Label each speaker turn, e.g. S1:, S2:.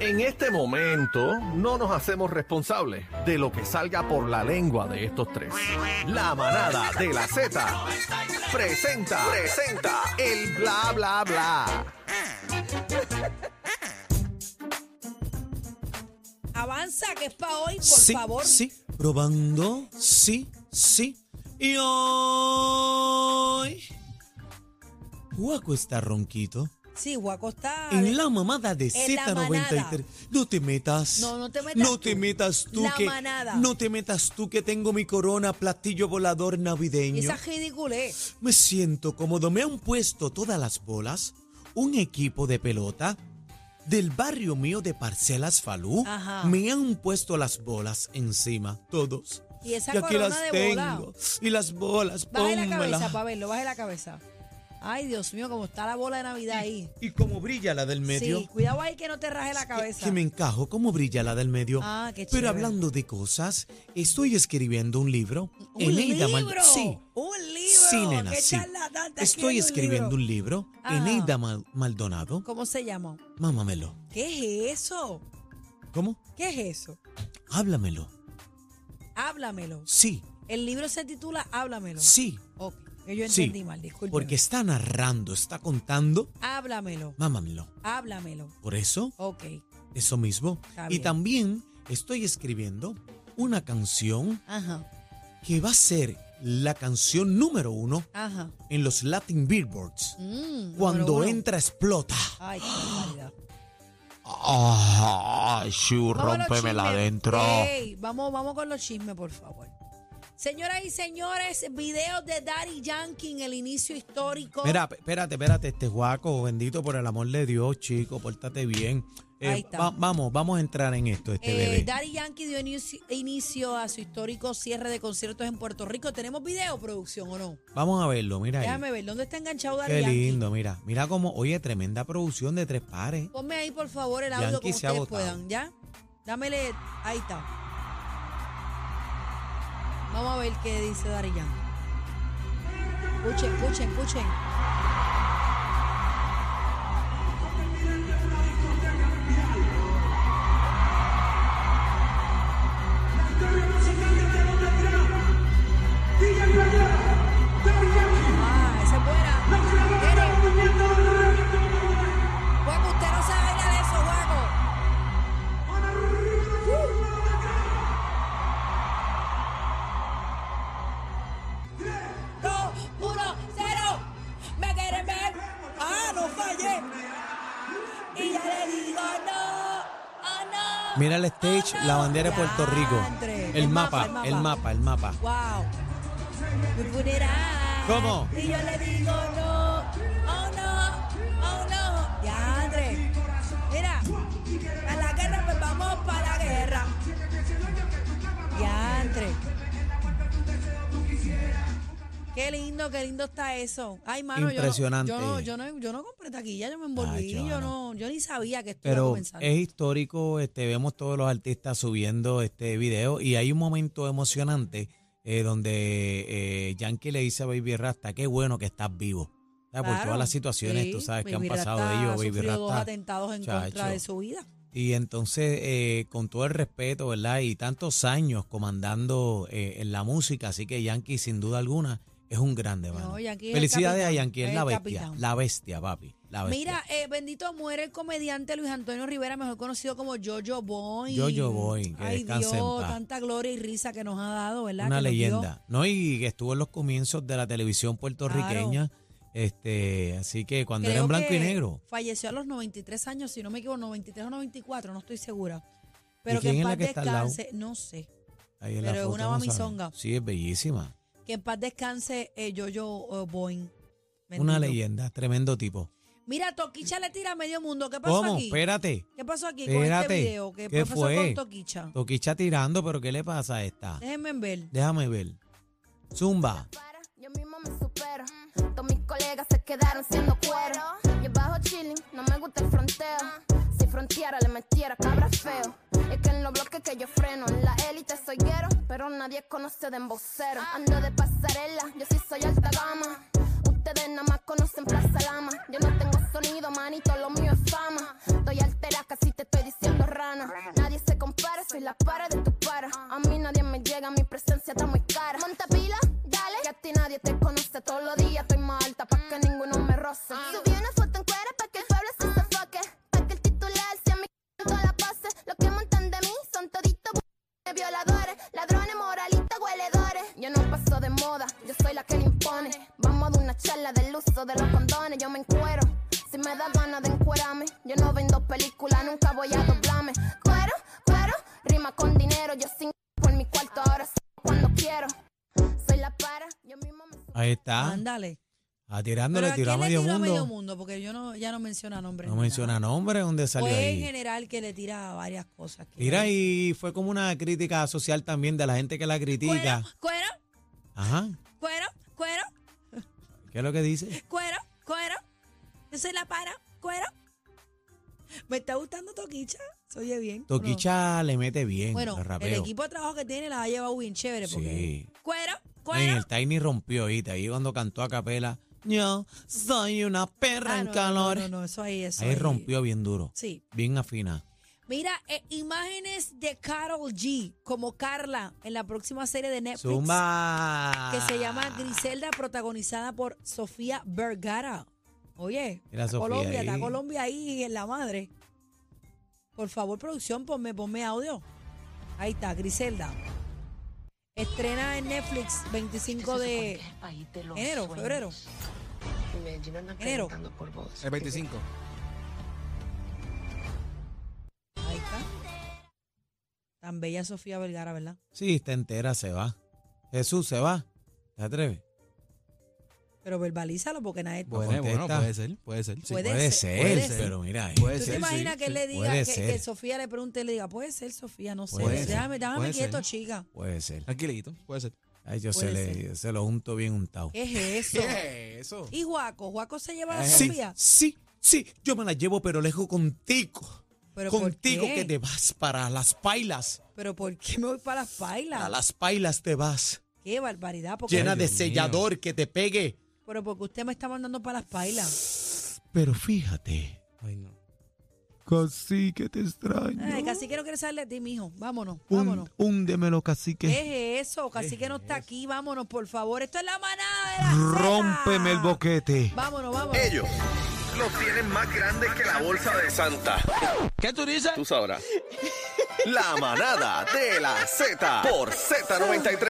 S1: En este momento no nos hacemos responsables de lo que salga por la lengua de estos tres. La manada de la Z presenta, presenta el bla bla bla.
S2: Avanza, que es para hoy, por
S3: sí,
S2: favor.
S3: Sí, probando, sí, sí. Y hoy. Juaco está ronquito.
S2: Sí, Guaco está.
S3: En la mamada de
S2: En la
S3: Z93.
S2: manada.
S3: No te metas.
S2: No, no te metas
S3: No te
S2: tú.
S3: metas tú
S2: La
S3: que.
S2: manada.
S3: No te metas tú que tengo mi corona, platillo volador navideño.
S2: Esa es ridiculez.
S3: Me siento cómodo. Me han puesto todas las bolas, un equipo de pelota. Del barrio mío de Parcelas Falú,
S2: Ajá.
S3: me han puesto las bolas encima, todos.
S2: Y esa
S3: aquí
S2: corona
S3: las
S2: de
S3: tengo.
S2: volado.
S3: Y las bolas,
S2: Baje la
S3: pónmela.
S2: cabeza para verlo, baje la cabeza. Ay, Dios mío, como está la bola de Navidad ahí.
S3: Y como brilla la del medio.
S2: Sí, cuidado ahí que no te raje la cabeza.
S3: Que me encajo, como brilla la del medio.
S2: Ah, qué
S3: Pero
S2: chévere.
S3: hablando de cosas, estoy escribiendo un libro.
S2: Un
S3: Eneida Man-
S2: libro.
S3: Sí.
S2: Un libro.
S3: Sí, nena,
S2: Qué
S3: sí.
S2: charlatán, está
S3: Estoy escribiendo
S2: libro. Ah.
S3: un libro,
S2: Ajá.
S3: Eneida Mal- Maldonado.
S2: ¿Cómo se llama?
S3: Mámamelo.
S2: ¿Qué es eso?
S3: ¿Cómo?
S2: ¿Qué es eso?
S3: Háblamelo.
S2: Háblamelo.
S3: Sí,
S2: El libro se titula Háblamelo.
S3: sí.
S2: Ok, que yo
S3: Sí.
S2: entendí mal, disculpe.
S3: Porque está narrando, está contando.
S2: Háblamelo,
S3: Mámamelo.
S2: háblamelo.
S3: Por eso,
S2: Ok.
S3: eso mismo.
S2: Está
S3: Y
S2: bien.
S3: también estoy escribiendo una canción
S2: Ajá,
S3: que va a ser la canción número uno
S2: ajá.
S3: en los Latin Billboards.
S2: Mm, número
S3: Cuando
S2: uno.
S3: entra, explota.
S2: Ay, qué barbaridad.
S3: Ay, Shu,
S2: Vamos a los chismes. Ey, vamos, vamos con los chismes, por favor. Señoras y señores, videos de Daddy Yankee en el inicio histórico.
S3: Mira, p- espérate, espérate, este Juaco, bendito por el amor de Dios, chico, pórtate bien. Eh,
S2: Ahí está.
S3: va- vamos, vamos a entrar en esto, este
S2: Eh,
S3: bebé.
S2: Daddy Yankee dio inicio, inicio a su histórico cierre de conciertos en Puerto Rico. ¿Tenemos video, producción, o no?
S3: Vamos a verlo, mira ahí.
S2: Déjame ver, ¿dónde está enganchado Daddy
S3: Qué
S2: Yankee?
S3: lindo, mira. Mira cómo, oye, tremenda producción de tres pares.
S2: Ponme ahí, por favor, el audio
S3: Yankee
S2: como
S3: se ha
S2: ustedes
S3: botado.
S2: puedan, ¿ya? Dámele, ahí está. Vamos a ver qué dice Dari Yankee. Escuchen, escuchen, escuchen. Ah, esa es buena. Viene. Guaco, usted no se baila de eso, Guaco. Uh. Dos, uno, cero. ¿Me quieren ver? Ah, no fallé. Y ya le digo no. ah, no,
S3: Mira el stage,
S2: ah, no.
S3: la bandera de Puerto Rico.
S2: Diantre.
S3: El, mapa, el mapa, el mapa.
S2: Wow. Me ponerá.
S3: ¿Cómo?
S2: Y yo le digo no. Oh no. Oh no. Ya, Andrés. Mira. A la guerra, pues vamos para la guerra. Ya, Andrés. Qué lindo, qué lindo está eso. Ay, mano,
S3: Impresionante.
S2: Yo no, yo no, yo no, yo no compré taquilla, yo me envolví,
S3: Ay,
S2: yo,
S3: Johanna.
S2: no, yo ni sabía que esto iba a
S3: Pero
S2: comenzar.
S3: es histórico, este, vemos todos los artistas subiendo este video y hay un momento emocionante eh, donde eh, Yankee le dice a Baby Rasta, qué bueno que estás vivo. O sea, Por
S2: Claro,
S3: todas las situaciones,
S2: sí,
S3: tú sabes, que han
S2: Baby
S3: pasado
S2: Rasta
S3: de
S2: ha
S3: ellos, Baby
S2: sufrido dos
S3: Rasta.
S2: atentados en contra
S3: Chacho.
S2: de su vida.
S3: Y entonces, eh, con todo el respeto, ¿verdad? Y tantos años comandando eh, en la música, así que Yankee, sin duda alguna, es un grande, mano.
S2: Yankee es el
S3: Felicidades a
S2: capitán,
S3: Yankee, es
S2: es
S3: la
S2: el
S3: bestia,
S2: capitán.
S3: la bestia, papi, la bestia.
S2: Mira, eh, bendito muere el comediante Luis Antonio Rivera, mejor conocido como Jojo Boy.
S3: Jojo Boy, que
S2: Ay,
S3: descanse en
S2: Dios,
S3: paz.
S2: tanta gloria y risa que nos ha dado, ¿verdad?
S3: Una
S2: Que nos dio.
S3: leyenda. No, y que estuvo en los comienzos de la televisión puertorriqueña. Este, así que cuando era
S2: Creo
S3: en blanco
S2: que
S3: y negro.
S2: Falleció a los 93 años, si no me equivoco, 93 o 94, no estoy segura.
S3: ¿Y
S2: Pero que en
S3: quién es la
S2: paz
S3: que está al lado?
S2: descanse, no sé.
S3: Ahí en la
S2: pero es
S3: foto,
S2: una
S3: no saben.
S2: mamizonga.
S3: Sí, es bellísima.
S2: Que en paz descanse eh, Jojo eh, Boy.
S3: Una
S2: Bendito.
S3: leyenda, tremendo tipo.
S2: Mira, Toquicha le tira a medio mundo. ¿Qué pasó
S3: ¿Cómo?
S2: aquí?
S3: Espérate.
S2: ¿Qué pasó aquí con
S3: Espérate,
S2: este video? ¿Qué,
S3: ¿qué
S2: pasó
S3: fue?
S2: con Toquicha?
S3: Toquicha tirando, pero ¿qué le pasa a esta?
S2: Déjenme ver.
S3: Déjame ver. Zumba.
S4: para, yo mismo me supero. Todos mis colegas se quedaron siendo cuero. Yo bajo chilling, no me gusta el fronteo. Si fronteara le metiera cabra feo. Es que en los bloques que yo freno, en la élite soy guero, pero nadie conoce de embocero. Ando de pasarela, yo sí soy alta gama. Ustedes nada más conocen Plaza Lama. Yo no tengo sonido, manito, lo mío es fama. Estoy altera, casi te estoy diciendo reclame. Yo no vendo películas, nunca voy a doblarme. Cuero, cuero, rima con dinero. Yo sin por mi cuarto, ahora sí cuando quiero. Soy la para, yo mismo me.
S3: Ahí está.
S2: Ándale.
S3: A tirándole,
S2: ¿a
S3: tiró a
S2: quién le
S3: medio
S2: tiró a medio
S3: mundo.
S2: mundo? Porque yo no, ya no menciona nombres.
S3: No
S2: ni
S3: menciona
S2: nada.
S3: nombre, ¿dónde salió
S2: Fue Pues, en
S3: ahí?
S2: general que le tira a varias cosas. que-
S3: Mira, y fue como una crítica social también de la gente que la critica.
S2: Cuero, cuero,
S3: Ajá.
S2: cuero, cuero,
S3: ¿Qué es lo que dice?
S2: cuero, cuero. Yo soy la para, cuero. Me está gustando Toquicha. Se oye bien. ¿o no?
S3: Toquicha le mete bien
S2: Bueno,
S3: al
S2: el
S3: rapeo.
S2: equipo de trabajo que tiene la ha llevado bien chévere. Porque
S3: Sí.
S2: cuero,
S3: En
S2: cuero.
S3: el Tiny rompió, ¿viste? Ahí cuando cantó a capela. Yo soy una perra
S2: Ah,
S3: en
S2: no,
S3: calor.
S2: No, no, no, eso ahí, eso
S3: Ahí rompió bien duro.
S2: Sí.
S3: Bien afina.
S2: Mira, eh, imágenes de Carol G como Carla en la próxima serie de Netflix
S3: Zumba.
S2: que se
S3: Ah.
S2: llama Griselda, protagonizada por Sofía Vergara. Oye,
S3: Mira a
S2: está
S3: Sofía
S2: Colombia,
S3: ahí.
S2: está Colombia ahí en la madre. Por favor, producción, ponme, ponme audio. Ahí está, Griselda. Estrena en Netflix 25 de enero, febrero. Enero.
S5: El 25.
S2: Ahí está. Tan bella Sofía Vergara, ¿verdad?
S3: Sí, está entera, se va. Jesús se va. ¿Te atreves?
S2: Pero verbalízalo porque nadie...
S5: Bueno, bueno,
S3: contesta.
S5: puede ser, puede ser. sí.
S2: Puede ser,
S3: ser,
S2: puede ser.
S3: pero mira, eh,
S5: Puede
S2: ¿Tú te
S5: ser,
S2: imaginas
S5: sí,
S2: que
S5: sí.
S2: él le diga,
S3: Puede
S2: que,
S3: ser.
S2: que Sofía le pregunte y le diga, puede ser Sofía, no sé,
S3: Puede ser.
S2: déjame, déjame
S5: Puede
S2: quieto,
S5: ser.
S2: chica.
S3: puede ser.
S5: Tranquilito, puede ser.
S3: Ay, yo se,
S2: Puede
S3: le- se lo junto bien untado.
S2: ¿Qué es eso?
S5: eso?
S2: ¿Y Juaco? ¿Juaco se lleva a
S3: Sí,
S2: Sofía?
S3: sí, sí, yo me la llevo, pero lejos contigo.
S2: ¿Pero por
S3: contigo
S2: qué?
S3: que te vas para las pailas.
S2: ¿Pero por qué me voy para las
S3: A
S2: bailas?
S3: las pailas te vas.
S2: ¡Qué barbaridad! Porque,
S3: llena de
S5: Dios mío.
S3: sellador que te pegue.
S2: Pero porque usted me está mandando para las bailas.
S3: Pero fíjate.
S5: Ay, no.
S3: Casi que te extraño.
S2: Ay, casi que no quiere salir de ti, mijo. Vámonos, vámonos.
S3: Un, húndemelo, cacique.
S2: ¿Qué es eso? Casi que no está aquí. Vámonos, por favor. Esto es la manada de la Z.
S3: Rómpeme el boquete.
S2: Vámonos, vámonos.
S1: Ellos los tienen más grandes que la bolsa de Santa.
S5: ¿Qué tú dices?
S1: Tú sabrás. La manada de la Z por Z93.